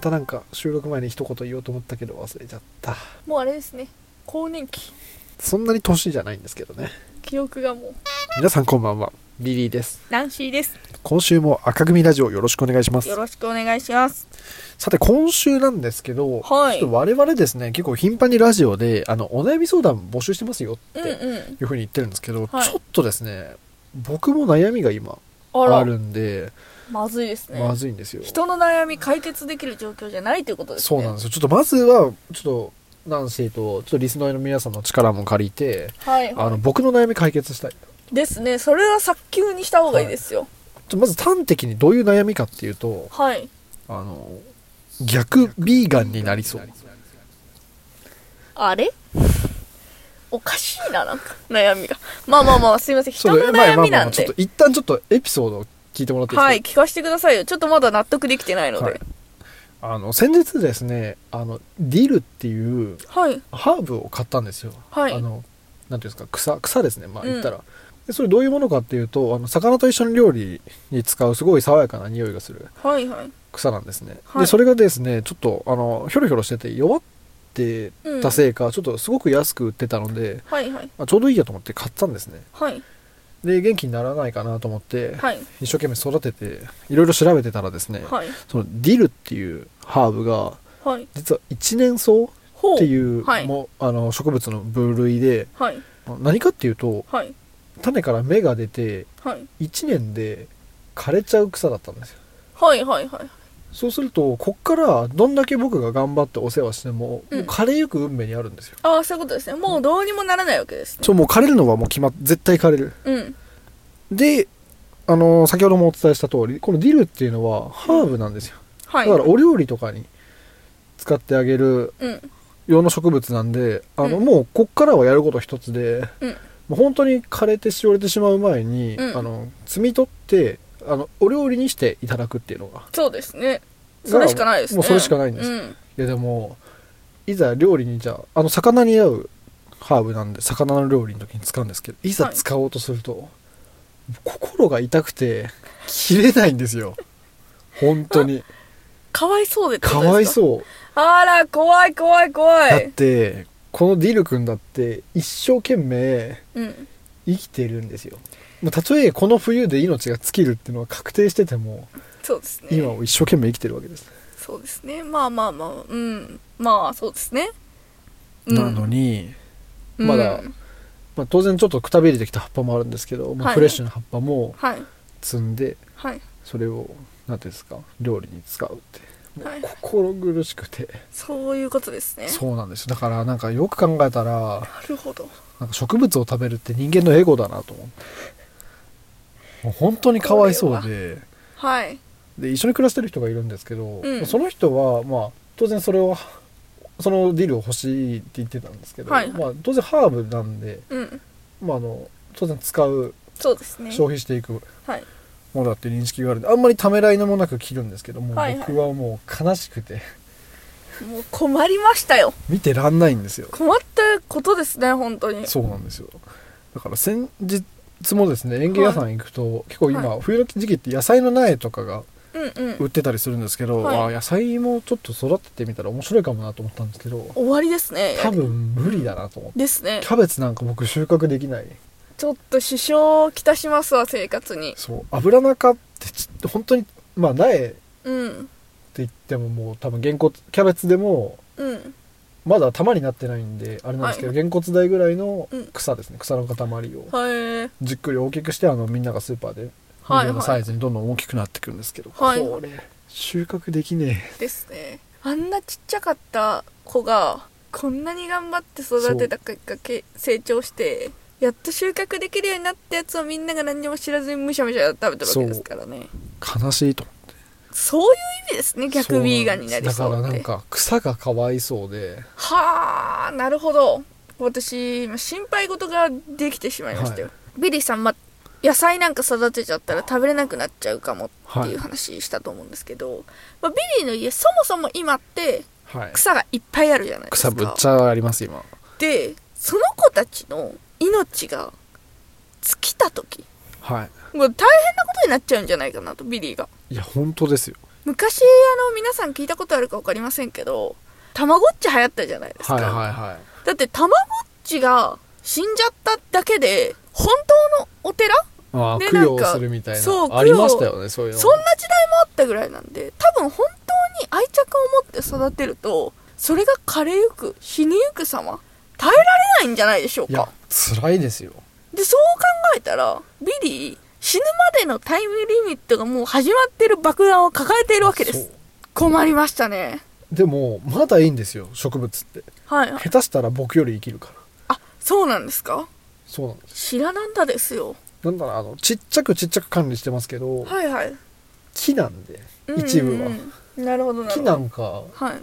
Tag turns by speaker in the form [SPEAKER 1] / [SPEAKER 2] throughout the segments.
[SPEAKER 1] たなんか収録前に一言言おうと思ったけど忘れちゃった
[SPEAKER 2] もうあれですね更年期
[SPEAKER 1] そんなに年じゃないんですけどね
[SPEAKER 2] 記憶がもう
[SPEAKER 1] 皆さんこんばんはリリーです
[SPEAKER 2] ナンシーです
[SPEAKER 1] 今週も赤組ラジオよろしくお願いします
[SPEAKER 2] よろしくお願いします
[SPEAKER 1] さて今週なんですけど、
[SPEAKER 2] はい
[SPEAKER 1] ちょっと我々ですね結構頻繁にラジオであのお悩み相談募集してますよって
[SPEAKER 2] うん
[SPEAKER 1] いう
[SPEAKER 2] うん
[SPEAKER 1] ふうに言ってるんですけど、
[SPEAKER 2] はい
[SPEAKER 1] ちょっとですね僕も悩みが今
[SPEAKER 2] あら
[SPEAKER 1] あるんで
[SPEAKER 2] まずいですね
[SPEAKER 1] まずいんですよ、
[SPEAKER 2] 人の悩み解決できる状況じゃないということです
[SPEAKER 1] そう
[SPEAKER 2] ね
[SPEAKER 1] なんですすよちょっとまずはちょっとナンシーとちょっとリスナーの皆さんの力も借りて
[SPEAKER 2] はい
[SPEAKER 1] あの僕の悩み解決したい
[SPEAKER 2] ですねそれは早急にした方がいいですよ
[SPEAKER 1] ちょまず端的にどういう悩みかっていうと
[SPEAKER 2] はい、
[SPEAKER 1] あの逆ビーガンになりそう
[SPEAKER 2] あれおかしいななんか悩みがまあまあまあすいません人
[SPEAKER 1] そ
[SPEAKER 2] の
[SPEAKER 1] れまあ
[SPEAKER 2] 悩
[SPEAKER 1] まあ
[SPEAKER 2] み
[SPEAKER 1] ま
[SPEAKER 2] な
[SPEAKER 1] あ
[SPEAKER 2] ん
[SPEAKER 1] ちょっ
[SPEAKER 2] で
[SPEAKER 1] と一旦ちょっとエピソードを聞いてもらっていいですか、
[SPEAKER 2] はい聞かせてくださいよちょっとまだ納得できてないので
[SPEAKER 1] あの先日ですねあのディルっていう
[SPEAKER 2] はい
[SPEAKER 1] ハーブを買ったんですよ、
[SPEAKER 2] はい
[SPEAKER 1] あのなんていうんですか草草ですねまあ
[SPEAKER 2] うん
[SPEAKER 1] 言ったら、でそれどういうものかっていうとあの魚と一緒に料理に使うすごい爽やかな匂いがする
[SPEAKER 2] はいはい
[SPEAKER 1] 草なんですね、
[SPEAKER 2] はい
[SPEAKER 1] でそれがですねちょっとあのひょろひょろしてて弱ってたせいか、ちょっとすごく安く売ってたので、
[SPEAKER 2] はいはい
[SPEAKER 1] まあ、ちょうどいいやと思って買ったんですね
[SPEAKER 2] はい
[SPEAKER 1] で元気にならないかなと思って、
[SPEAKER 2] はい
[SPEAKER 1] 一生懸命育てていろいろ調べてたらですね、
[SPEAKER 2] はい
[SPEAKER 1] そのディルっていうハーブが
[SPEAKER 2] はい
[SPEAKER 1] 実は一年草っ
[SPEAKER 2] ほう
[SPEAKER 1] ていう
[SPEAKER 2] はい
[SPEAKER 1] もうあの植物の部類で
[SPEAKER 2] はい
[SPEAKER 1] 何かっていうと
[SPEAKER 2] はい
[SPEAKER 1] 種から芽が出て
[SPEAKER 2] はい
[SPEAKER 1] 1年で枯れちゃう草だったんですよ
[SPEAKER 2] はいはいはい
[SPEAKER 1] そうするとこっからどんだけ僕が頑張ってお世話しても,、
[SPEAKER 2] うん
[SPEAKER 1] もう枯れゆく運命にあるんですよ
[SPEAKER 2] ああそういうことですねもうどうにもならないわけですね
[SPEAKER 1] そうもう枯れるのはもう決まっ絶対枯れる
[SPEAKER 2] うん
[SPEAKER 1] であの先ほどもお伝えした通りこのディルっていうのはハーブなんですよ
[SPEAKER 2] は
[SPEAKER 1] だから
[SPEAKER 2] い
[SPEAKER 1] お料理とかに使ってあげる
[SPEAKER 2] うん
[SPEAKER 1] 用の植物なんであの、
[SPEAKER 2] うん
[SPEAKER 1] もうこっからはやること一つで、
[SPEAKER 2] うん
[SPEAKER 1] もう本当に枯れてしおれてしまう前に、
[SPEAKER 2] うん
[SPEAKER 1] あの摘み取ってあのお料理にしていただくっていうのが
[SPEAKER 2] そうですねそれしかないですね
[SPEAKER 1] もうそれしかないんです
[SPEAKER 2] うん
[SPEAKER 1] いやでもいざ料理にじゃああの魚に合うハーブなんで魚の料理の時に使うんですけどいざ
[SPEAKER 2] はい
[SPEAKER 1] 使おうとすると、心が痛くて切れないんですよ本当に
[SPEAKER 2] かわいそうでって
[SPEAKER 1] か
[SPEAKER 2] ことです
[SPEAKER 1] わいそう
[SPEAKER 2] あら怖い怖い怖
[SPEAKER 1] だっ
[SPEAKER 2] い
[SPEAKER 1] てこのディル君だって一生懸命
[SPEAKER 2] うん
[SPEAKER 1] 生きてるんですよもうたとえこの冬で命が尽きるっていうのは確定してても
[SPEAKER 2] そうですね
[SPEAKER 1] 今を一生懸命生きてるわけです、
[SPEAKER 2] そうですねまあまあまあうんまあそうですね、うん
[SPEAKER 1] なのに、
[SPEAKER 2] うん
[SPEAKER 1] まだまあ、当然ちょっとくたびれてきた葉っぱもあるんですけど、ま
[SPEAKER 2] は
[SPEAKER 1] あ、
[SPEAKER 2] い
[SPEAKER 1] フレッシュな葉っぱも
[SPEAKER 2] はい
[SPEAKER 1] 摘んで
[SPEAKER 2] はい
[SPEAKER 1] それを何ていうんですか料理に使うって
[SPEAKER 2] はい
[SPEAKER 1] 心苦しくて
[SPEAKER 2] そういうことです ね
[SPEAKER 1] そうなんですよだからなんかよく考えたら
[SPEAKER 2] なるほど
[SPEAKER 1] なんか植物を食べるって人間のエゴだなと思ってもう本当にかわいそうで。
[SPEAKER 2] はい
[SPEAKER 1] で一緒に暮らしてる人がいるんですけど、
[SPEAKER 2] うん
[SPEAKER 1] その人はまあ当然それをそのディルを欲しいって言ってたんですけど、
[SPEAKER 2] はいはい
[SPEAKER 1] まあ、当然ハーブなんで、
[SPEAKER 2] うん
[SPEAKER 1] まあ、あの当然使う
[SPEAKER 2] そうですね
[SPEAKER 1] 消費していく
[SPEAKER 2] はい
[SPEAKER 1] ものだっていう認識があるんであんまりためらいのもなく切るんですけどもう
[SPEAKER 2] はいはい
[SPEAKER 1] 僕はもう悲しくて
[SPEAKER 2] もう困りましたよ
[SPEAKER 1] 見てらんないんですよ
[SPEAKER 2] 困ったことですね本当に
[SPEAKER 1] そうなんですよだから先日もですね園芸屋さん行くと、結構今、
[SPEAKER 2] は
[SPEAKER 1] 冬の時期って野菜の苗とかが
[SPEAKER 2] うんうん
[SPEAKER 1] 売ってたりするんですけど、
[SPEAKER 2] は
[SPEAKER 1] あ
[SPEAKER 2] い
[SPEAKER 1] 野菜もちょっと育ててみたら面白いかもなと思ったんですけど、
[SPEAKER 2] 終わりですね
[SPEAKER 1] 多分無理だなと思って
[SPEAKER 2] ですね
[SPEAKER 1] キャベツなんか僕収穫できない
[SPEAKER 2] ちょっと支障をきたしますわ生活に
[SPEAKER 1] そう油中ってちょっと本当にまあ苗って
[SPEAKER 2] うん
[SPEAKER 1] 言ってももう多分げんこつキャベツでも
[SPEAKER 2] うん
[SPEAKER 1] まだ玉になってないんであれなんですけど、
[SPEAKER 2] は
[SPEAKER 1] げんこつ大ぐらいの
[SPEAKER 2] うん
[SPEAKER 1] 草ですね草の塊を
[SPEAKER 2] はい
[SPEAKER 1] じっくり大きくしてあのみんながスーパーで無
[SPEAKER 2] はい
[SPEAKER 1] 料のサ
[SPEAKER 2] は
[SPEAKER 1] イズにどんどん大きくなってくるんですけど、
[SPEAKER 2] はい
[SPEAKER 1] これ収穫できね
[SPEAKER 2] いですねあんなちっちゃかった子がこんなに頑張って育てた結果け成長してやっと収穫できるようになったやつをみんなが何にも知らずにむしゃむしゃ食べてるわけですからね
[SPEAKER 1] え悲しいと
[SPEAKER 2] そういう意味ですね逆ビーガンになりそう
[SPEAKER 1] だ
[SPEAKER 2] っ
[SPEAKER 1] からなん
[SPEAKER 2] て
[SPEAKER 1] か草がかわいそうで
[SPEAKER 2] はあなるほど私今心配事ができてしまいましたよ、
[SPEAKER 1] は
[SPEAKER 2] ビリーさん、ま、野菜なんか育てちゃったら食べれなくなっちゃうかもって
[SPEAKER 1] はいいう
[SPEAKER 2] 話したと思うんですけど、まあ、ビリーの家そもそも今って
[SPEAKER 1] はい
[SPEAKER 2] 草がいっぱいあるじゃないです
[SPEAKER 1] 草
[SPEAKER 2] か
[SPEAKER 1] ぶっちゃあります今
[SPEAKER 2] でその子たちの命が尽きた時
[SPEAKER 1] はい
[SPEAKER 2] もう大変なことになっちゃうんじいじゃないかなとビリーが
[SPEAKER 1] いや本当ですよ
[SPEAKER 2] 昔あの皆さん聞いたことあるか分かりませんけどたまごっち流行ったじゃないですか、
[SPEAKER 1] はいはいはい
[SPEAKER 2] だってたまごっちが死んじゃっただけで本当のお寺
[SPEAKER 1] ああ
[SPEAKER 2] で
[SPEAKER 1] 供
[SPEAKER 2] なん
[SPEAKER 1] 養
[SPEAKER 2] か
[SPEAKER 1] するみたい
[SPEAKER 2] そう
[SPEAKER 1] なありましたよねそういうの
[SPEAKER 2] そんな時代もあったぐらいなんで多分本当に愛着を持って育てるとそれが枯れゆく死にゆく様耐えられないんじゃないでしょう
[SPEAKER 1] い
[SPEAKER 2] か
[SPEAKER 1] や辛いですよ
[SPEAKER 2] でそう考えたらビリー死ぬまでのタイムリミットがもう始まってる爆弾を抱えているわけで
[SPEAKER 1] そう
[SPEAKER 2] す困りましたね
[SPEAKER 1] でもまだいいんですよ植物って
[SPEAKER 2] はいはい
[SPEAKER 1] 下手したら僕より生きるから
[SPEAKER 2] あそうなんですか
[SPEAKER 1] そうなんです
[SPEAKER 2] 知らなんだですよ
[SPEAKER 1] なんだろうあのちっちゃくちっちゃく管理してますけど、
[SPEAKER 2] はいはい
[SPEAKER 1] 木なんで
[SPEAKER 2] うんうんうん
[SPEAKER 1] 一部は、
[SPEAKER 2] なるほどなる
[SPEAKER 1] 木
[SPEAKER 2] ほど
[SPEAKER 1] なんか
[SPEAKER 2] はい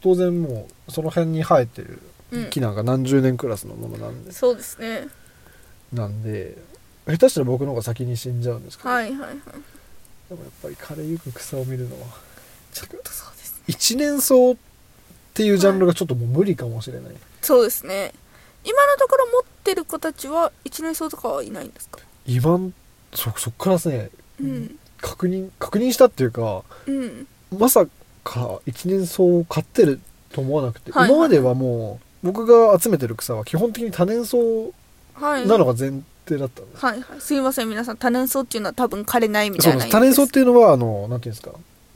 [SPEAKER 1] 当然もうその辺に生えてる
[SPEAKER 2] うん
[SPEAKER 1] 木なんか何十年クラスのものなんで,、
[SPEAKER 2] そうですね
[SPEAKER 1] なんで下手したら僕の方が先に死んじゃうんですけど、
[SPEAKER 2] はいはいはい
[SPEAKER 1] でもやっぱり枯れゆく草を見るのは
[SPEAKER 2] ちょっとそうです
[SPEAKER 1] 一年草っていうジャンルがちょっともう無理かもしれない、
[SPEAKER 2] そうですね今のところ持ってる子たちは一年生とかはいないんですか
[SPEAKER 1] 今んそそっからですね
[SPEAKER 2] うん
[SPEAKER 1] 確認確認したっていうか
[SPEAKER 2] うん
[SPEAKER 1] まさか一年草を飼ってると思わなくて、
[SPEAKER 2] はいはい
[SPEAKER 1] 今まではもう僕が集めてる草は基本的に多年草
[SPEAKER 2] はい
[SPEAKER 1] なのが前提だったんです、
[SPEAKER 2] はいはいすいません皆さん多年草っていうのは多分枯れないみた
[SPEAKER 1] そ
[SPEAKER 2] いうな
[SPEAKER 1] です多年草
[SPEAKER 2] 意
[SPEAKER 1] っ
[SPEAKER 2] 味
[SPEAKER 1] ていうのはあのなんていうんですか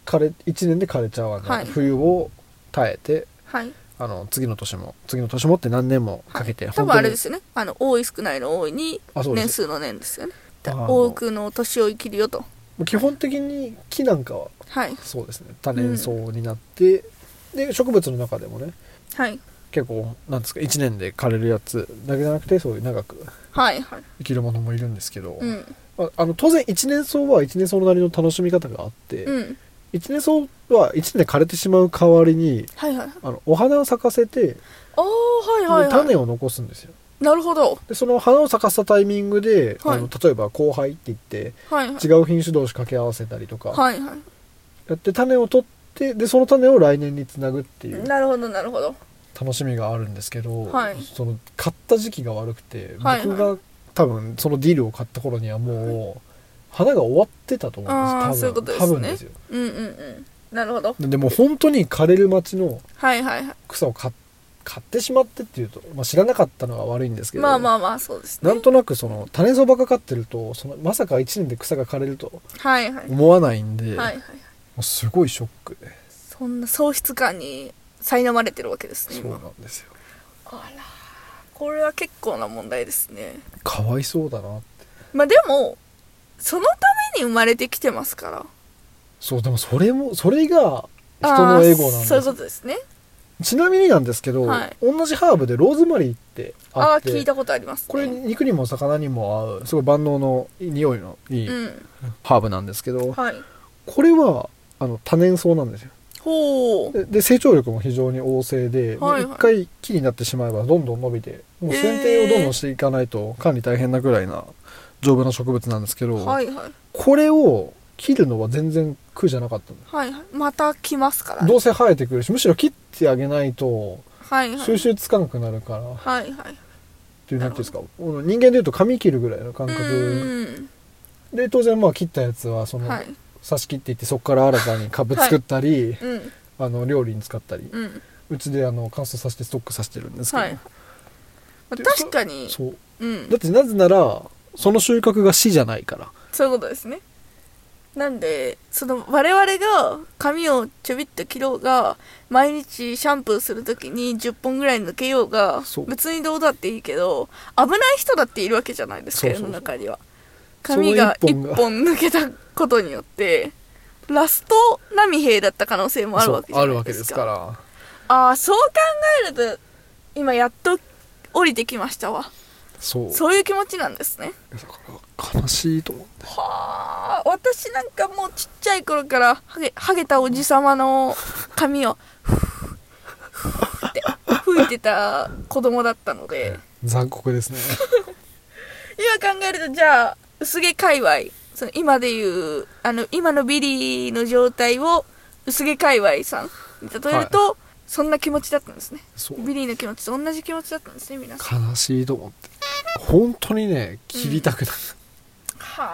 [SPEAKER 1] 枯れ1年で枯れちゃうわけ、
[SPEAKER 2] はい
[SPEAKER 1] 冬を耐えて
[SPEAKER 2] ですはい
[SPEAKER 1] あの次の年も次の年もって何年もかけて、
[SPEAKER 2] 多分あれですすよねあの多い少ないの多いに
[SPEAKER 1] あそうで
[SPEAKER 2] 年
[SPEAKER 1] す
[SPEAKER 2] 数の年ですよね
[SPEAKER 1] あー
[SPEAKER 2] 多くの年を生きるよと
[SPEAKER 1] 基本的に木なんかは
[SPEAKER 2] はい
[SPEAKER 1] そうですね多年草になって、で植物の中でもね
[SPEAKER 2] はい
[SPEAKER 1] 結構なんですか1年で枯れるやつだけじゃなくてそういう長く
[SPEAKER 2] はいはい
[SPEAKER 1] 生きるものもいるんですけど、
[SPEAKER 2] うん
[SPEAKER 1] まあ、あの当然一年草は一年草なりの楽しみ方があって、
[SPEAKER 2] うん
[SPEAKER 1] 一年草は一年で枯れてしまう代わりに
[SPEAKER 2] はいはい
[SPEAKER 1] あのお花を咲かせて、
[SPEAKER 2] ああはいはい
[SPEAKER 1] で
[SPEAKER 2] は
[SPEAKER 1] 種
[SPEAKER 2] い
[SPEAKER 1] を残すんですよ
[SPEAKER 2] なるほど
[SPEAKER 1] でその花を咲かせたタイミングで、
[SPEAKER 2] はい
[SPEAKER 1] あの例えば交配って言って
[SPEAKER 2] はいはい
[SPEAKER 1] 違う品種同士掛け合わせたりとか、
[SPEAKER 2] はいは
[SPEAKER 1] やって種を取ってでその種を来年につなぐって
[SPEAKER 2] い
[SPEAKER 1] いう
[SPEAKER 2] なるほどなるほど
[SPEAKER 1] 楽しみがあるんですけど、
[SPEAKER 2] はい
[SPEAKER 1] その買った時期が悪くて、
[SPEAKER 2] はいはい
[SPEAKER 1] 僕が多分そのディールを買った頃にはもう、花が終わってたと思うんです
[SPEAKER 2] あーそういうことですね
[SPEAKER 1] 多分ですよ
[SPEAKER 2] うんうんうんなるほど
[SPEAKER 1] ででも本当に枯れる町の
[SPEAKER 2] はいはいは
[SPEAKER 1] 草を買っ買ってしまってっていうと、まあ、知らなかったのが悪いんです
[SPEAKER 2] い
[SPEAKER 1] けど
[SPEAKER 2] まあまあまあそうですね
[SPEAKER 1] なんとなくその種そばかかってるとそのまさか1年で草が枯れると
[SPEAKER 2] はいはい
[SPEAKER 1] 思わないんで、
[SPEAKER 2] はいはい
[SPEAKER 1] もうすごいショックで
[SPEAKER 2] そんな喪失感に苛まれてるわけです
[SPEAKER 1] そ
[SPEAKER 2] ね
[SPEAKER 1] うな
[SPEAKER 2] 今
[SPEAKER 1] んですよ
[SPEAKER 2] あらこれは結構な問題ですね
[SPEAKER 1] かわいそうだなって
[SPEAKER 2] まあでもそのために生まれてきてますから
[SPEAKER 1] そうでもそれもそれが人
[SPEAKER 2] あ
[SPEAKER 1] の
[SPEAKER 2] ー
[SPEAKER 1] エゴなんです
[SPEAKER 2] そういうこ
[SPEAKER 1] よ
[SPEAKER 2] とですね
[SPEAKER 1] ちなみになんですけど、
[SPEAKER 2] はい
[SPEAKER 1] 同じハーブでローズマリーって
[SPEAKER 2] あ
[SPEAKER 1] あ
[SPEAKER 2] あ
[SPEAKER 1] って
[SPEAKER 2] 聞いたことありますね
[SPEAKER 1] これ肉にも魚にも合うすごい万能のいい匂いのいい
[SPEAKER 2] うん
[SPEAKER 1] ハーブなんですけど、
[SPEAKER 2] はい
[SPEAKER 1] これはあの多年草なんですよ
[SPEAKER 2] ほう
[SPEAKER 1] でで成長力も非常に旺盛でも
[SPEAKER 2] は
[SPEAKER 1] う
[SPEAKER 2] い
[SPEAKER 1] 一回木になってしまえばどんどん伸びてもう剪定をどんどんしていかないと管理大変なぐらいな丈夫な植物なんですけど、
[SPEAKER 2] はいはい
[SPEAKER 1] これを切るのは全然苦じゃなかったんです
[SPEAKER 2] はいはいまた来ますから
[SPEAKER 1] どうせ生えてくるしむしろ切ってあげないと
[SPEAKER 2] はいはい
[SPEAKER 1] 収集つかなくなるから、
[SPEAKER 2] はいはい
[SPEAKER 1] っていうなんていうんですかこの人間でいうと髪切るぐらいの感
[SPEAKER 2] う
[SPEAKER 1] 覚
[SPEAKER 2] ん
[SPEAKER 1] で当然まあ切ったやつはそ
[SPEAKER 2] うん
[SPEAKER 1] の
[SPEAKER 2] はい
[SPEAKER 1] 差し切っていってそこから新たに株作ったり、
[SPEAKER 2] うん
[SPEAKER 1] あの料理に使ったり
[SPEAKER 2] うん
[SPEAKER 1] うちであの乾燥させてストックさせてるんですけど、
[SPEAKER 2] はいまあ
[SPEAKER 1] で
[SPEAKER 2] 確かに
[SPEAKER 1] そう
[SPEAKER 2] うん
[SPEAKER 1] だってなぜならその収穫が死じゃないから
[SPEAKER 2] そういうことですね。なんで、その我々が髪をちょびっと切ろうが、毎日シャンプーするときに10本ぐらい抜けようが
[SPEAKER 1] そう、
[SPEAKER 2] 別にどうだっていいけど、危ない人だっているわけじゃないですか、
[SPEAKER 1] そう
[SPEAKER 2] 世
[SPEAKER 1] そうそ
[SPEAKER 2] の
[SPEAKER 1] う
[SPEAKER 2] 中には。
[SPEAKER 1] その
[SPEAKER 2] 髪が
[SPEAKER 1] 一本が
[SPEAKER 2] 1本抜けたことによって、ラスト波平だった可能性もあるわけじ
[SPEAKER 1] そう
[SPEAKER 2] ゃ
[SPEAKER 1] あ
[SPEAKER 2] な
[SPEAKER 1] る
[SPEAKER 2] い
[SPEAKER 1] わ
[SPEAKER 2] で
[SPEAKER 1] け
[SPEAKER 2] すか。
[SPEAKER 1] ですから
[SPEAKER 2] ああ、そう考えると、今やっと降りてきましたわ。
[SPEAKER 1] そう
[SPEAKER 2] そういう気持ちなんですね。
[SPEAKER 1] だから悲しいと思って
[SPEAKER 2] はあ私なんかもうちっちゃい頃からハゲハゲたおじさまの髪をふーって吹いてた子供だったので
[SPEAKER 1] 残酷ですね
[SPEAKER 2] 今考えるとじゃあ薄毛界隈その今でいうあの今のビリーの状態を薄毛界隈さんに例えると、そんな気持ちだったんですね
[SPEAKER 1] そう
[SPEAKER 2] ビリーの気持ちと同じ気持ちだったんですね皆さん
[SPEAKER 1] 悲しいと思って本当にね切りたくなる、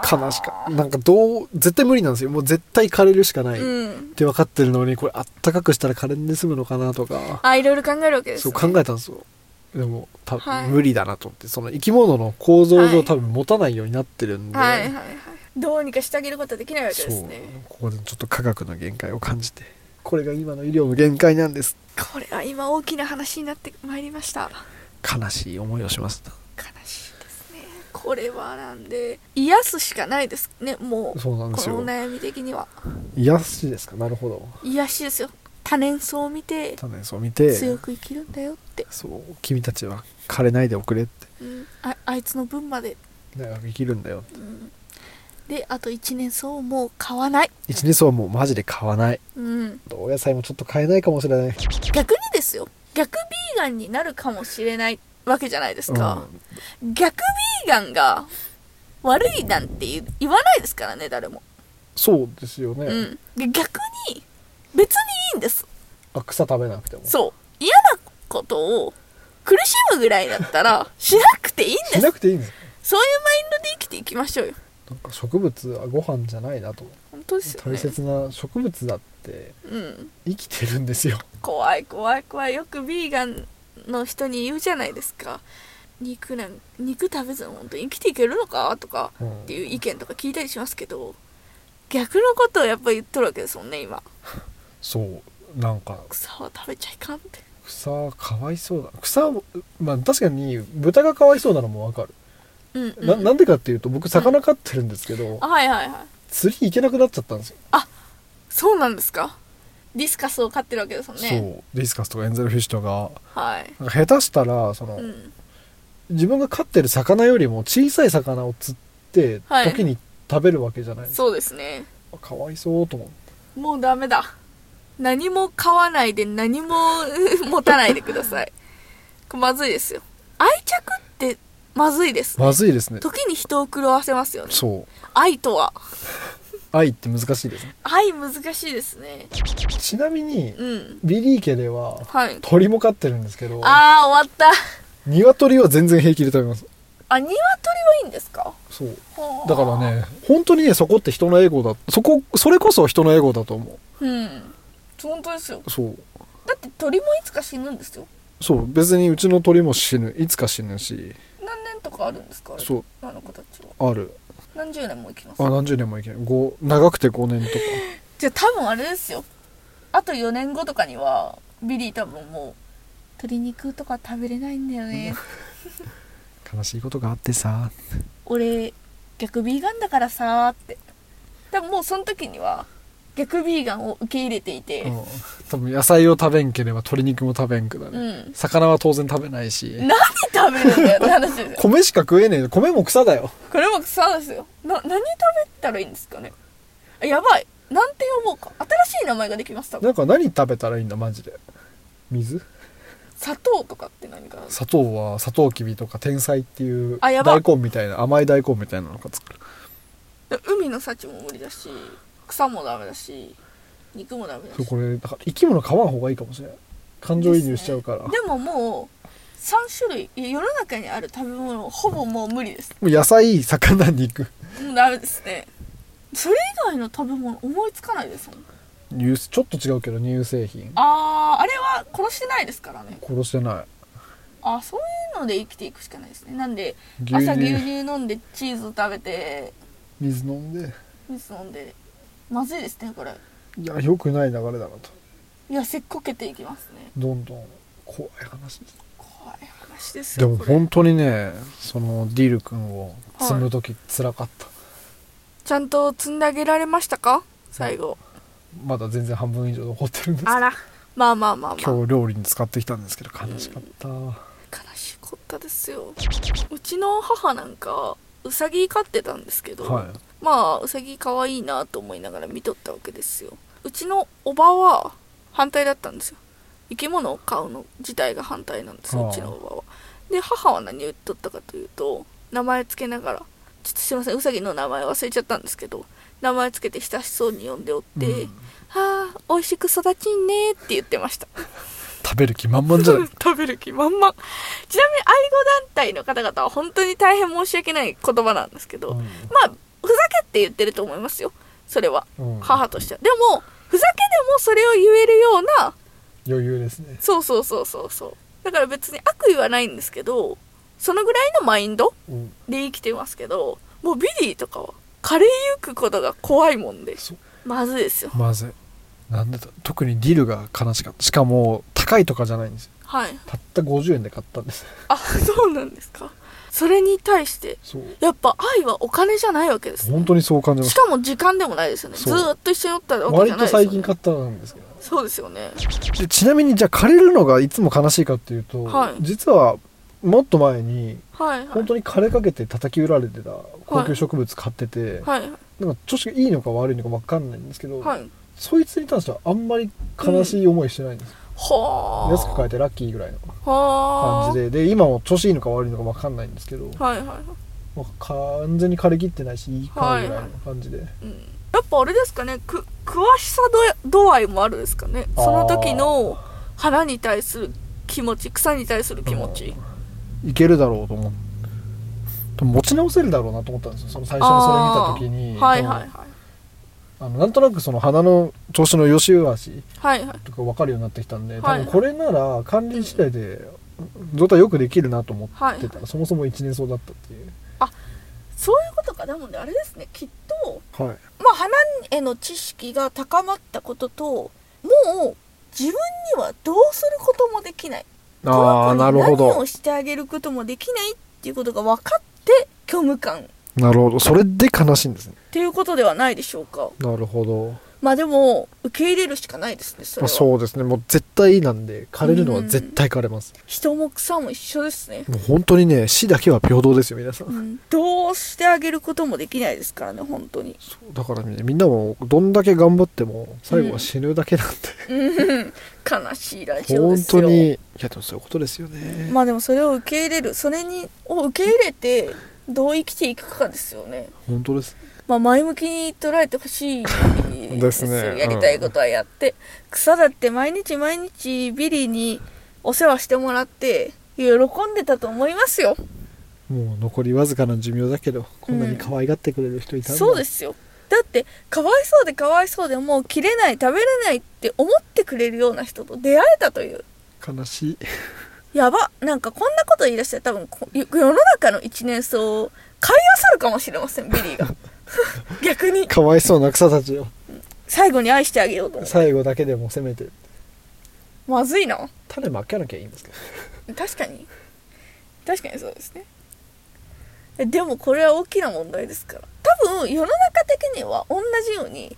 [SPEAKER 1] 悲しかなんかどう絶対無理なんですよもう絶対枯れるしかない、っ
[SPEAKER 2] うん
[SPEAKER 1] て分かってるのにこれあったかくしたら枯れんで済むのかなとか、
[SPEAKER 2] あいろいろ考えるわけです、
[SPEAKER 1] そ
[SPEAKER 2] ね、
[SPEAKER 1] う考えたんですよでも多分、
[SPEAKER 2] はい
[SPEAKER 1] 無理だなと思ってその生き物の構造
[SPEAKER 2] は
[SPEAKER 1] 上
[SPEAKER 2] い
[SPEAKER 1] 多分持たないようになってるんで、
[SPEAKER 2] はいはいはいどうにかしてあげることはできないわけ
[SPEAKER 1] そ
[SPEAKER 2] で
[SPEAKER 1] う
[SPEAKER 2] すね
[SPEAKER 1] ここでちょっと科学の限界を感じてこれが今の医療の限界なんです
[SPEAKER 2] これは今大きな話になってまいりました
[SPEAKER 1] 悲しい思いをしました
[SPEAKER 2] 悲しいですねこれはなんで癒すしかないですねもう
[SPEAKER 1] そうなんで
[SPEAKER 2] こ
[SPEAKER 1] す
[SPEAKER 2] のお
[SPEAKER 1] よ
[SPEAKER 2] 悩み的には
[SPEAKER 1] 癒やしですかなるほど
[SPEAKER 2] 癒しですよ多年草を見て
[SPEAKER 1] ただねそう見て
[SPEAKER 2] 強く生きるんだよって、
[SPEAKER 1] そう君たちは枯れないでおくれって
[SPEAKER 2] うん、ああいつの分まで、
[SPEAKER 1] 長く生きるんだよ
[SPEAKER 2] うん、であと一年草をもう買わない、
[SPEAKER 1] 一年草はもうマジで買わない
[SPEAKER 2] うん、
[SPEAKER 1] お野菜もちょっと買えないかもしれない
[SPEAKER 2] 逆にですよ逆ビーガンになるかもしれないわけじゃないですか、
[SPEAKER 1] う
[SPEAKER 2] 逆ビーガンが悪いなんて言う言わないですからね誰も、
[SPEAKER 1] そうですよね、
[SPEAKER 2] うん、で逆に別にいいんです
[SPEAKER 1] あ草食べなくても
[SPEAKER 2] そう嫌なことを苦しむぐらいだっ たらしなくていいんで
[SPEAKER 1] し
[SPEAKER 2] す
[SPEAKER 1] なくていいんです
[SPEAKER 2] そういうマインドで生きていきましょうよ
[SPEAKER 1] なんか植物はご飯じゃないなと
[SPEAKER 2] 本当ですよね
[SPEAKER 1] 大切な植物だって
[SPEAKER 2] うん
[SPEAKER 1] 生きてるんですよ
[SPEAKER 2] 怖い怖い怖いよくビーガンの人に言うじゃないですか肉なん肉食べずに本当に生きていけるのかとか
[SPEAKER 1] うん
[SPEAKER 2] っていう意見とか聞いたりしますけど逆のことをやっぱり言っとるわけですもんね今
[SPEAKER 1] そうなんか
[SPEAKER 2] 草は食べちゃいかんって
[SPEAKER 1] 草かわいそうだ草もまあ確かに豚がかわいそうなのもわかる、
[SPEAKER 2] うん、うん、
[SPEAKER 1] ななんでかっていうと僕魚飼ってるんですけど、
[SPEAKER 2] あはいはいはい
[SPEAKER 1] 釣り行けなくなっちゃったんですよ、
[SPEAKER 2] そうなんですかディスカスを飼ってるわけですもんね
[SPEAKER 1] そうディスカスとかエンゼルフィッシュとか
[SPEAKER 2] はい
[SPEAKER 1] なんか下手したらその、
[SPEAKER 2] うん
[SPEAKER 1] 自分が飼ってる魚よりも小さい魚を釣って
[SPEAKER 2] はい
[SPEAKER 1] 時に食べるわけじゃないですか、
[SPEAKER 2] そうですね
[SPEAKER 1] かわいそうと思って
[SPEAKER 2] もうダメだ何も買わないで何も持たないでくださいこれまずいですよ愛着ってまずいです
[SPEAKER 1] まずいですね
[SPEAKER 2] 時に人を狂わせますよね
[SPEAKER 1] そう
[SPEAKER 2] 愛とは
[SPEAKER 1] 愛って難しいですね
[SPEAKER 2] 愛難しいですね
[SPEAKER 1] ちなみに
[SPEAKER 2] うん
[SPEAKER 1] ビリー家では
[SPEAKER 2] はい
[SPEAKER 1] 鳥も飼ってるんですけど
[SPEAKER 2] ああ終わった
[SPEAKER 1] 鶏は全然平気で食べます
[SPEAKER 2] あ鶏はいいんですか
[SPEAKER 1] そう
[SPEAKER 2] はあ
[SPEAKER 1] だからね本当にねそこって人のエゴだそこそれこそ人のエゴだと思
[SPEAKER 2] うん本当ですよ
[SPEAKER 1] うそう
[SPEAKER 2] だって鳥もいつか死ぬんですよ
[SPEAKER 1] そう別にうちの鳥も死ぬいつか死ぬし
[SPEAKER 2] 何年とかあるんですかあれ
[SPEAKER 1] そう
[SPEAKER 2] あの子たちは
[SPEAKER 1] ある
[SPEAKER 2] 何十年も生きます
[SPEAKER 1] あ何十年もいけないご長くて5年とか
[SPEAKER 2] じゃあ多分あれですよあと4年後とかにはビリー多分もう鶏肉とか食べれないんだよね
[SPEAKER 1] 悲しいことがあってさ
[SPEAKER 2] 俺逆ビーガンだからさーって多分もうその時には逆ビーガンを受け入れていて
[SPEAKER 1] うん多分野菜を食べんければ鶏肉も食べんくな
[SPEAKER 2] う
[SPEAKER 1] る、
[SPEAKER 2] ん
[SPEAKER 1] 魚は当然食べないし
[SPEAKER 2] 何食べるんだよって話ですよ
[SPEAKER 1] 米しか食えねえ米も草だよ
[SPEAKER 2] これも草ですよな何食べたらいいんですかねあやばいなんて呼ぼうか新しい名前ができます多分
[SPEAKER 1] なんか何食べたらいいんだマジで水
[SPEAKER 2] 砂糖とかって何かな
[SPEAKER 1] 砂糖は砂糖きびとか天才っていう
[SPEAKER 2] あや
[SPEAKER 1] 大
[SPEAKER 2] ば
[SPEAKER 1] 根みたいな甘い大根みたいなのが作る
[SPEAKER 2] 海の幸も無理だし草もダメだし肉もダメだ
[SPEAKER 1] そう
[SPEAKER 2] し
[SPEAKER 1] これだから生き物買わん方がいいかもしれない感情移入しちゃうから、
[SPEAKER 2] でももう3種類世の中にある食べ物ほぼもう無理です
[SPEAKER 1] もう野菜魚肉
[SPEAKER 2] もうダメですねそれ以外の食べ物思いつかないですもん
[SPEAKER 1] 乳ちょっと違うけど乳製品
[SPEAKER 2] あーあれは殺してないですからね
[SPEAKER 1] 殺してない
[SPEAKER 2] あーそういうので生きていくしかないですねなんで
[SPEAKER 1] 牛乳
[SPEAKER 2] 朝牛乳飲んでチーズ食べて
[SPEAKER 1] 水飲んで
[SPEAKER 2] 水飲んでまずいですねこれ
[SPEAKER 1] いや良くない流れだなと
[SPEAKER 2] いやせっこけていきますね
[SPEAKER 1] どんどん怖い話です
[SPEAKER 2] 怖い話です
[SPEAKER 1] で
[SPEAKER 2] よ
[SPEAKER 1] も
[SPEAKER 2] これ
[SPEAKER 1] 本当にねそのディル君を積む時つらかった、
[SPEAKER 2] ちゃんと積んであげられましたか最後
[SPEAKER 1] まだ全然半分以上残ってるんですけど
[SPEAKER 2] あらまあまあまあまあ
[SPEAKER 1] 今日料理に使ってきたんですけど悲しかった、
[SPEAKER 2] 悲しかったですようちの母なんかうさぎ飼ってたんですけど、
[SPEAKER 1] はい
[SPEAKER 2] まあうさぎ可愛いなと思いながら見とったわけですようちのおばは反対だったんですよ生き物を飼うの自体が反対なんですよ
[SPEAKER 1] はあ
[SPEAKER 2] うちのおばはで母は何を言っとったかというと名前つけながらちょっとすいませんうさぎの名前忘れちゃったんですけど名前つけて親しそうに呼んでおって「
[SPEAKER 1] うん
[SPEAKER 2] はあ美味しく育ちんね」って言ってました
[SPEAKER 1] 食べる気満々じゃない
[SPEAKER 2] 食べる気満々ちなみに愛護団体の方々は本当に大変申し訳ない言葉なんですけど、
[SPEAKER 1] うん
[SPEAKER 2] まあふざけって言ってると思いますよそれは
[SPEAKER 1] うん、
[SPEAKER 2] 母としてはでもふざけでもそれを言えるような
[SPEAKER 1] 余裕ですね
[SPEAKER 2] そうそうそうそうそうだから別に悪意はないんですけどそのぐらいのマインド
[SPEAKER 1] うん
[SPEAKER 2] で生きてますけどもうビリーとかは枯れゆくことが怖いもんで
[SPEAKER 1] そう
[SPEAKER 2] まずいですよ
[SPEAKER 1] まずいなんでだ特にディルが悲しかったしかも高いとかじゃないんですよ
[SPEAKER 2] はい
[SPEAKER 1] たった50円で買ったんです
[SPEAKER 2] あそうなんですかそれに対して
[SPEAKER 1] そう
[SPEAKER 2] やっぱ愛はお金じゃないわけですね
[SPEAKER 1] 本当にそう感じま
[SPEAKER 2] し
[SPEAKER 1] した
[SPEAKER 2] かも時間でもないですよねず
[SPEAKER 1] そう
[SPEAKER 2] ーっと一緒におったわけじ
[SPEAKER 1] 割
[SPEAKER 2] ゃな
[SPEAKER 1] と
[SPEAKER 2] いですよ、ね、
[SPEAKER 1] 最近買ったんですけど
[SPEAKER 2] そうですよね
[SPEAKER 1] でちなみにじゃあ借りるのがいつも悲しいかっていうと、
[SPEAKER 2] はい
[SPEAKER 1] 実はもっと前に
[SPEAKER 2] はいはい
[SPEAKER 1] 本当に枯れかけて叩き売られてた高級植物買ってて、
[SPEAKER 2] はい
[SPEAKER 1] なんか調子がいいのか悪いのか分かんないんですけど、
[SPEAKER 2] はい
[SPEAKER 1] そいつに関してはあんまり悲しい思いしてないんですよ、
[SPEAKER 2] はあ
[SPEAKER 1] 安く買えてラッキーぐらいの
[SPEAKER 2] はあ
[SPEAKER 1] 感じでで今も調子いいのか悪いのか分かんないんですけど、
[SPEAKER 2] はいはいはい
[SPEAKER 1] まあ完全に枯れきってないしいいかぐらいの感じで、
[SPEAKER 2] うんやっぱあれですかねく詳しさ度度合いもあるですかね
[SPEAKER 1] あー
[SPEAKER 2] その時の花に対する気持ち草に対する気持ち、
[SPEAKER 1] いけるだろうと思って。多分持ち直せるだろうなと思ったんですよその最初にそれ見た時に
[SPEAKER 2] はいはいはい
[SPEAKER 1] あのなんとなくその花の調子の良し悪し
[SPEAKER 2] はいはい
[SPEAKER 1] とか分かるようになってきたんで
[SPEAKER 2] は
[SPEAKER 1] 多
[SPEAKER 2] い
[SPEAKER 1] 分これなら管理次第で状態よくできるなと思ってたらそもそも一年草だったっていう
[SPEAKER 2] そういうことかだもんねあれですねきっと
[SPEAKER 1] はい
[SPEAKER 2] まあ花への知識が高まったことともう自分にはどうすることもできない
[SPEAKER 1] ああなるほ
[SPEAKER 2] 何
[SPEAKER 1] ど
[SPEAKER 2] をしてあげることもできないっていうことが分かって虚無感っ
[SPEAKER 1] なるほどそれで悲しいんですね
[SPEAKER 2] ていうことではないでしょうか
[SPEAKER 1] なるほど
[SPEAKER 2] まあでも受け入れるしかないですねそれ
[SPEAKER 1] まあ
[SPEAKER 2] は
[SPEAKER 1] そうですねもう絶対なんで枯れるのは絶対枯れます
[SPEAKER 2] 人も草も一緒ですね、
[SPEAKER 1] もう本当にね死だけは平等ですよ皆さん
[SPEAKER 2] うん、どうしてあげることもできないですからね本当に
[SPEAKER 1] そうだからねみんなもどんだけ頑張っても最後は死ぬだけなん
[SPEAKER 2] うん悲しいラ
[SPEAKER 1] で
[SPEAKER 2] ジオで
[SPEAKER 1] 本
[SPEAKER 2] すよ
[SPEAKER 1] 当にいやでもそういうことですよね
[SPEAKER 2] まあでもそれを受け入れるそれにを受け入れてどう生きていくかですよね
[SPEAKER 1] 本当です
[SPEAKER 2] まあ前向きに捉えてほしい
[SPEAKER 1] ですね
[SPEAKER 2] よやりたいことはやって、草だって毎日毎日ビリーにお世話してもらって喜んでたと思いますよ
[SPEAKER 1] もう残りわずかな寿命だけどこんなに可愛がってくれる人いたんだ、
[SPEAKER 2] そうですよだってかわいそうでかわいそうでもう切れない食べれないって思ってくれるような人と出会えたという
[SPEAKER 1] 悲しい
[SPEAKER 2] やばなんかこんなこと言い出したら多分こ世の中の一年草を買い漁るかもしれませんビリー が逆に
[SPEAKER 1] かわいそうな草たちを
[SPEAKER 2] 最後に愛してあげようと思う
[SPEAKER 1] 最後だけでもせめて
[SPEAKER 2] まずいな
[SPEAKER 1] 種まけなきゃいいんですけど
[SPEAKER 2] 確かに確かにそうですねえでもこれは大きな問題ですから多分世の中的には同じように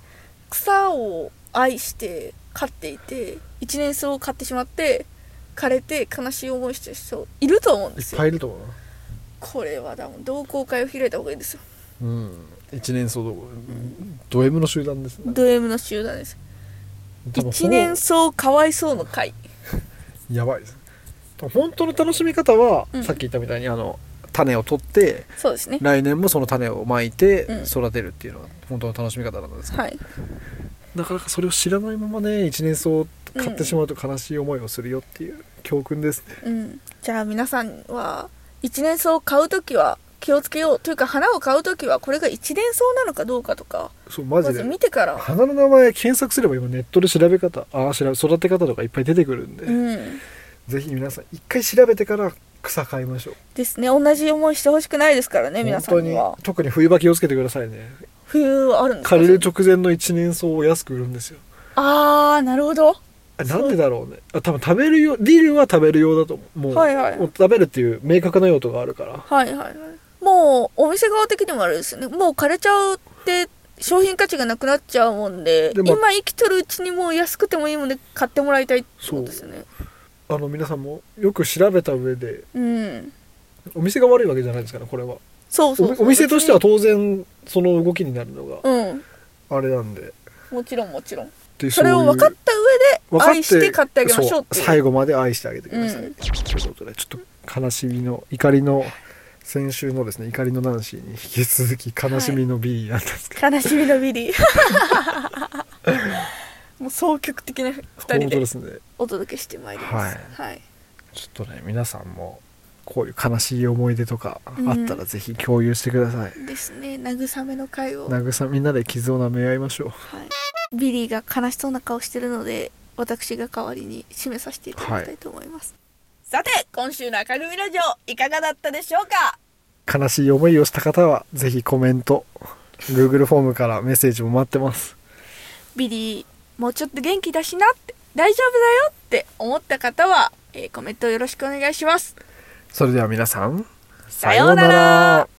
[SPEAKER 2] 草を愛して飼っていて一年草を飼ってしまって枯れて悲しい思いしてる人いると思うんで
[SPEAKER 1] いっ
[SPEAKER 2] すよ
[SPEAKER 1] ぱいいると思うな
[SPEAKER 2] これは多分同好会を開いた方がいいですよ
[SPEAKER 1] うん一年草どド M の集団ですね
[SPEAKER 2] ド M の集団です
[SPEAKER 1] 多分
[SPEAKER 2] 一年草かわいそうの会
[SPEAKER 1] やばいです多分本当の楽しみ方は、
[SPEAKER 2] うん
[SPEAKER 1] さっき言ったみたいにあの種を取って
[SPEAKER 2] そうですね
[SPEAKER 1] 来年もその種をまいて
[SPEAKER 2] うん
[SPEAKER 1] 育てるっていうのが本当の楽しみ方なんですけど、
[SPEAKER 2] はい
[SPEAKER 1] なかなかそれを知らないままね一年草買ってしまうと悲しい思いをするよっていう教訓ですね、
[SPEAKER 2] うん、じゃあ皆さんは一年草を買うときは気をつけようというか花を買うときはこれが一年草なのかどうかとか
[SPEAKER 1] そうマ
[SPEAKER 2] ま
[SPEAKER 1] ジ
[SPEAKER 2] ず
[SPEAKER 1] で
[SPEAKER 2] 見てから、
[SPEAKER 1] 花の名前検索すれば今ネットで調べ方ああ調べ育て方とかいっぱい出てくるんで、
[SPEAKER 2] うん、
[SPEAKER 1] ぜひ皆さん一回調べてから草買いましょう
[SPEAKER 2] ですね同じ思いしてほしくないですからね皆
[SPEAKER 1] 本
[SPEAKER 2] さん
[SPEAKER 1] 当
[SPEAKER 2] に
[SPEAKER 1] に
[SPEAKER 2] は
[SPEAKER 1] 特に冬場気をつけてくださいね
[SPEAKER 2] 冬はあるんですか
[SPEAKER 1] 枯れる直前の一年草を安く売るんですよ
[SPEAKER 2] ああなるほど
[SPEAKER 1] あなんでだろうねあ多分食べるよディルは食べる用だと思うもう,、
[SPEAKER 2] はいはい
[SPEAKER 1] もう食べるっていう明確な用途があるから
[SPEAKER 2] はいはいはいもうお店側的にもあれですよねもう枯れちゃうって商品価値がなくなっちゃうもんで
[SPEAKER 1] でも
[SPEAKER 2] 今生きとるうちにもう安くてもいいもんで買ってもらいたいってこ
[SPEAKER 1] そ
[SPEAKER 2] と
[SPEAKER 1] う
[SPEAKER 2] ですよね
[SPEAKER 1] あの皆さんもよく調べた上で
[SPEAKER 2] うん
[SPEAKER 1] お店が悪いわけじゃないですからこれは
[SPEAKER 2] そうそうそ
[SPEAKER 1] お
[SPEAKER 2] う
[SPEAKER 1] お店としては当然その動きになるのが
[SPEAKER 2] うん
[SPEAKER 1] あれなんで
[SPEAKER 2] もちろんもちろん
[SPEAKER 1] で
[SPEAKER 2] それを
[SPEAKER 1] ういう
[SPEAKER 2] 分かった上
[SPEAKER 1] 分
[SPEAKER 2] で
[SPEAKER 1] かっ
[SPEAKER 2] 愛して買ってあげましょうって
[SPEAKER 1] そ
[SPEAKER 2] いう
[SPEAKER 1] 最後まで愛してあげてください、
[SPEAKER 2] うん
[SPEAKER 1] ということでちょっと悲しみの怒りの先週のですね怒りのナンシーに引き続き悲しみのビリーなんですけど、
[SPEAKER 2] 悲しみのビリー もう総極的な2人
[SPEAKER 1] 本当
[SPEAKER 2] で
[SPEAKER 1] ですね
[SPEAKER 2] お届けしてまいります
[SPEAKER 1] は
[SPEAKER 2] はい、
[SPEAKER 1] ちょっとね皆さんもこういう悲しい思い出とかあったらぜひ共有してください、
[SPEAKER 2] ですね慰めの会を、は
[SPEAKER 1] 慰めみんなで傷を舐め合いましょう
[SPEAKER 2] い、ビリーが悲しそうな顔してるので私が代わりに締めさせていただきたいと思います、さて今週の赤組ラジオいかがだったでしょうか
[SPEAKER 1] 悲しい思いをした方はぜひコメント Google フォームからメッセージも待ってます
[SPEAKER 2] ビリーもうちょっと元気だしなって大丈夫だよって思った方は、えーコメントよろしくお願いします
[SPEAKER 1] それでは皆さん
[SPEAKER 2] さようなら